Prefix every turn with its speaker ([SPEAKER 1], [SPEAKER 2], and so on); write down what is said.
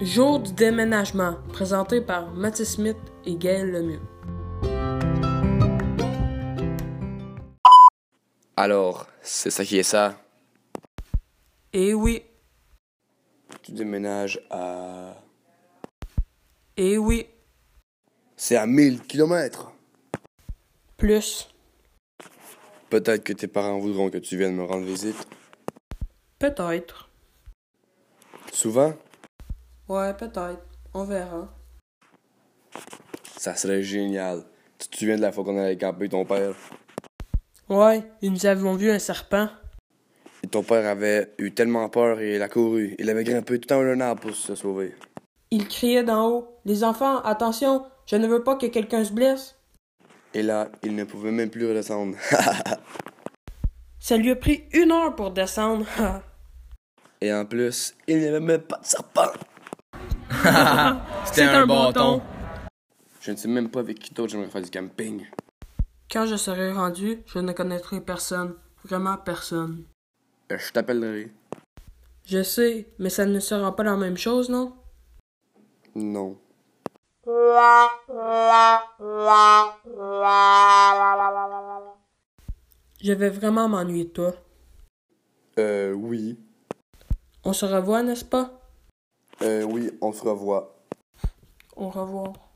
[SPEAKER 1] Jour du déménagement, présenté par Mathieu Smith et Gaël Lemieux.
[SPEAKER 2] Alors, c'est ça qui est ça.
[SPEAKER 1] Eh oui,
[SPEAKER 2] Tu déménages à.
[SPEAKER 1] eh oui,
[SPEAKER 2] C'est à 1000 km.
[SPEAKER 1] plus,
[SPEAKER 2] Peut-être que tes parents voudront que tu viennes me rendre visite.
[SPEAKER 1] peut-être.
[SPEAKER 2] Souvent,
[SPEAKER 1] Ouais, peut-être. On verra.
[SPEAKER 2] ça serait génial. Tu te souviens de la fois qu'on allait camper ton père
[SPEAKER 1] Ouais, et nous avons vu un serpent.
[SPEAKER 2] Et ton père avait eu tellement peur et il a couru. Il avait grimpé tout en haut d'un arbre pour se sauver.
[SPEAKER 1] Il criait d'en haut. Les enfants, attention, je ne veux pas que quelqu'un se blesse.
[SPEAKER 2] Et là, il ne pouvait même plus redescendre.
[SPEAKER 1] Ça lui a pris une heure pour descendre. Ah.
[SPEAKER 2] et en plus, il n'y avait même pas de serpent.
[SPEAKER 1] C'est un bâton.
[SPEAKER 2] Je ne sais même pas avec qui d'autre j'aimerais faire du camping.
[SPEAKER 1] Quand je serai rendu, je ne connaîtrai personne. Vraiment personne.
[SPEAKER 2] Euh, Je t'appellerai.
[SPEAKER 1] Je sais, mais ça ne sera pas la même chose, non?
[SPEAKER 2] Non.
[SPEAKER 1] Je vais vraiment m'ennuyer de toi.
[SPEAKER 2] Euh, oui.
[SPEAKER 1] On se revoit, n'est-ce pas?
[SPEAKER 2] Euh, oui, on se revoit.
[SPEAKER 1] Au revoir.